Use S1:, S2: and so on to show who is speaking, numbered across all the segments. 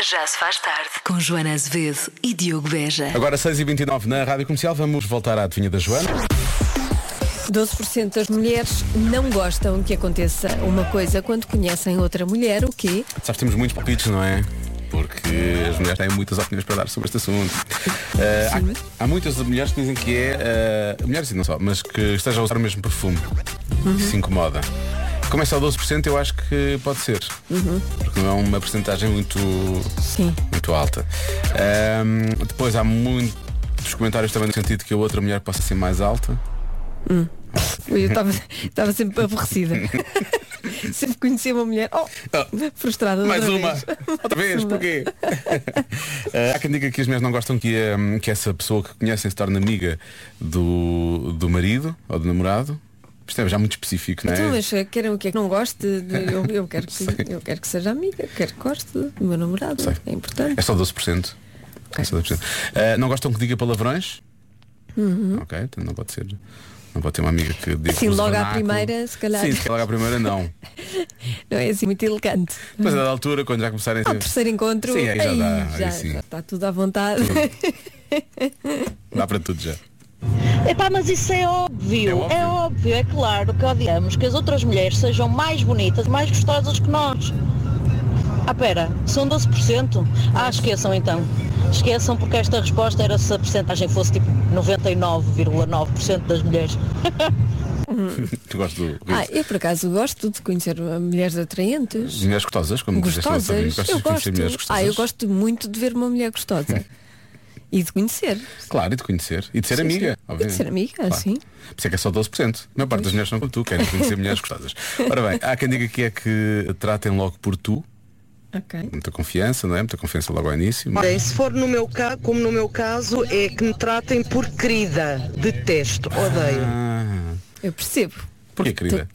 S1: Já se faz tarde com Joana Azevedo e Diogo Beja.
S2: Agora 6h29 na Rádio Comercial, vamos voltar à adivinha da Joana.
S3: 12% das mulheres não gostam que aconteça uma coisa quando conhecem outra mulher, o quê?
S2: Sabes, temos muitos palpites, não é? Porque as mulheres têm muitas opiniões para dar sobre este assunto. Eh, há-
S3: Sim.
S2: há, muitas mulheres que dizem que é. eh, mulheres e não só, mas que estejam a usar o mesmo perfume. Que se incomoda. Como é só 12%, eu acho que pode ser. Porque não é uma porcentagem muito,
S3: Sim.
S2: muito alta. Ahm, depois há muitos comentários também no sentido que a outra mulher possa ser mais alta.
S3: Eu estava- estava sempre aborrecida. sempre conhecia uma mulher. Oh,
S2: Ah,
S3: frustrada. outra
S2: Mais
S3: vez.
S2: uma! Outra vez, porquê? Eh, há quem diga que as mulheres não gostam que, eh, que essa pessoa que conhecem se torne amiga do, do marido ou do namorado. Isto é já muito específico, não
S3: Então,
S2: é?
S3: mas querem o que é que não goste? de- eu, eu quero que, eu quero que seja amiga, quero que goste do meu namorado.
S2: Sei.
S3: É importante.
S2: É só 12%. É só 12%. Eh, não gostam que diga palavrões? Ok, então não pode ser. Não pode ter uma amiga que diga.
S3: Sim,
S2: usa
S3: Uhum. Assim, logo à
S2: vernáculo.
S3: primeira, se calhar.
S2: Sim, se calhar logo à primeira não.
S3: Não é assim muito elegante.
S2: Mas a da altura, quando já começarem a
S3: Ao terceiro encontro,
S2: Sim, aí já
S3: aí
S2: dá, aí
S3: já-
S2: sim.
S3: já está tudo à vontade.
S2: Dá para tudo já.
S4: Epá, mas isso é
S2: É
S4: óbvio.
S2: óbvio.
S4: É óbvio, é claro que odiamos que as outras mulheres sejam mais bonitas, mais gostosas que nós. Ah, pera, são 12%? Ah, esqueçam então. Esqueçam porque esta resposta era se a percentagem fosse tipo 99,9% das mulheres.
S2: Tu gostas do.
S3: Ah, eu por acaso gosto de conhecer uh, mulheres atraentes.
S2: Mulheres gostosas, como disseste outra vez.
S3: Gostosas,
S2: Gostas
S3: eu
S2: de conhecer
S3: gosto.
S2: mulheres gostosas?
S3: Ah, eu gosto muito de ver uma mulher gostosa e de conhecer.
S2: Claro, e de conhecer. E de ser
S3: Sim, sim.
S2: amiga,
S3: E de
S2: obviamente.
S3: ser amiga, sim.
S2: Por isso é que é só 12%. A maior parte das mulheres são como tu, querem conhecer mulheres gostosas. Ora bem, há quem diga que é que tratem logo por tu.
S3: Ok.
S2: Muita confiança, não é? Muita confiança logo ao início. Mas...
S5: Bem, se for no meu caso, como no meu caso, é que me tratem por querida. Detesto, odeio.
S2: Ah,
S3: Eu percebo.
S2: porquê, querida?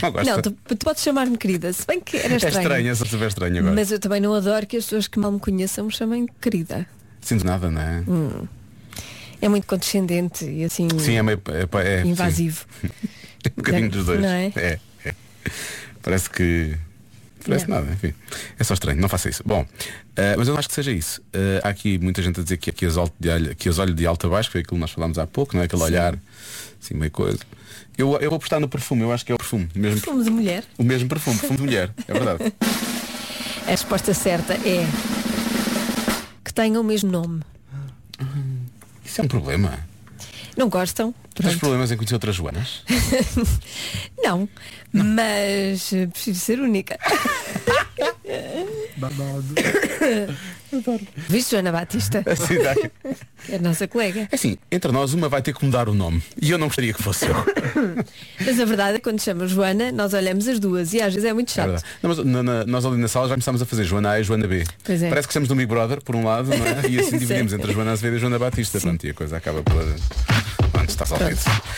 S2: Não gosta?
S3: Não, tu, tu podes chamar-me querida, se bem que era
S2: É
S3: estranho.
S2: estranha, se estiver estranho agora.
S3: Mas eu também não adoro que as pessoas que mal me conheçam me chamem querida.
S2: Sinto nada, não é?
S3: Hum. É muito condescendente e assim
S2: Sim, é meio. É, é-
S3: invasivo.
S2: sim. Um bocadinho dos dois.
S3: Não é?
S2: é. Parece que. Parece
S3: Não.
S2: nada, enfim. É só estranho, não faça isso. Bom, eh, mas eu não acho que seja isso. Eh, há aqui muita gente a dizer que, que, as olho de, alho- que as olho de alto a baixo, que foi aquilo que nós falámos há pouco, não é? Aquele olhar, assim, meio coisa. Eu, eu vou apostar no perfume, eu acho que é o perfume. o Mesmo,
S3: Perfume de mulher.
S2: o mesmo perfume, perfume de mulher, é verdade.
S3: A resposta certa é que tenham o mesmo nome.
S2: Isso é um problema.
S3: Não gostam?
S2: Tu tens problemas em conhecer outras Joanas?
S3: Não, mas eh, prefiro ser única. Viste Joana Batista,
S2: Assim, dá-
S3: é a nossa colega.
S2: é assim, entre nós uma vai ter que mudar o nome. E eu não gostaria que fosse eu.
S3: Mas a verdade é que quando chamam Joana, nós olhamos as duas e às vezes é muito
S2: É
S3: chato.
S2: verdade. Não, mas na- na- nós ali na sala já começámos a fazer Joana A e Joana B.
S3: Pois é.
S2: Parece que estamos no Big Brother, por um lado, não é? E assim dividimos
S3: Sim.
S2: entre a Joana Azevedo e a Joana Batista. Pronto, e a coisa acaba por. Pronto, está resolvido.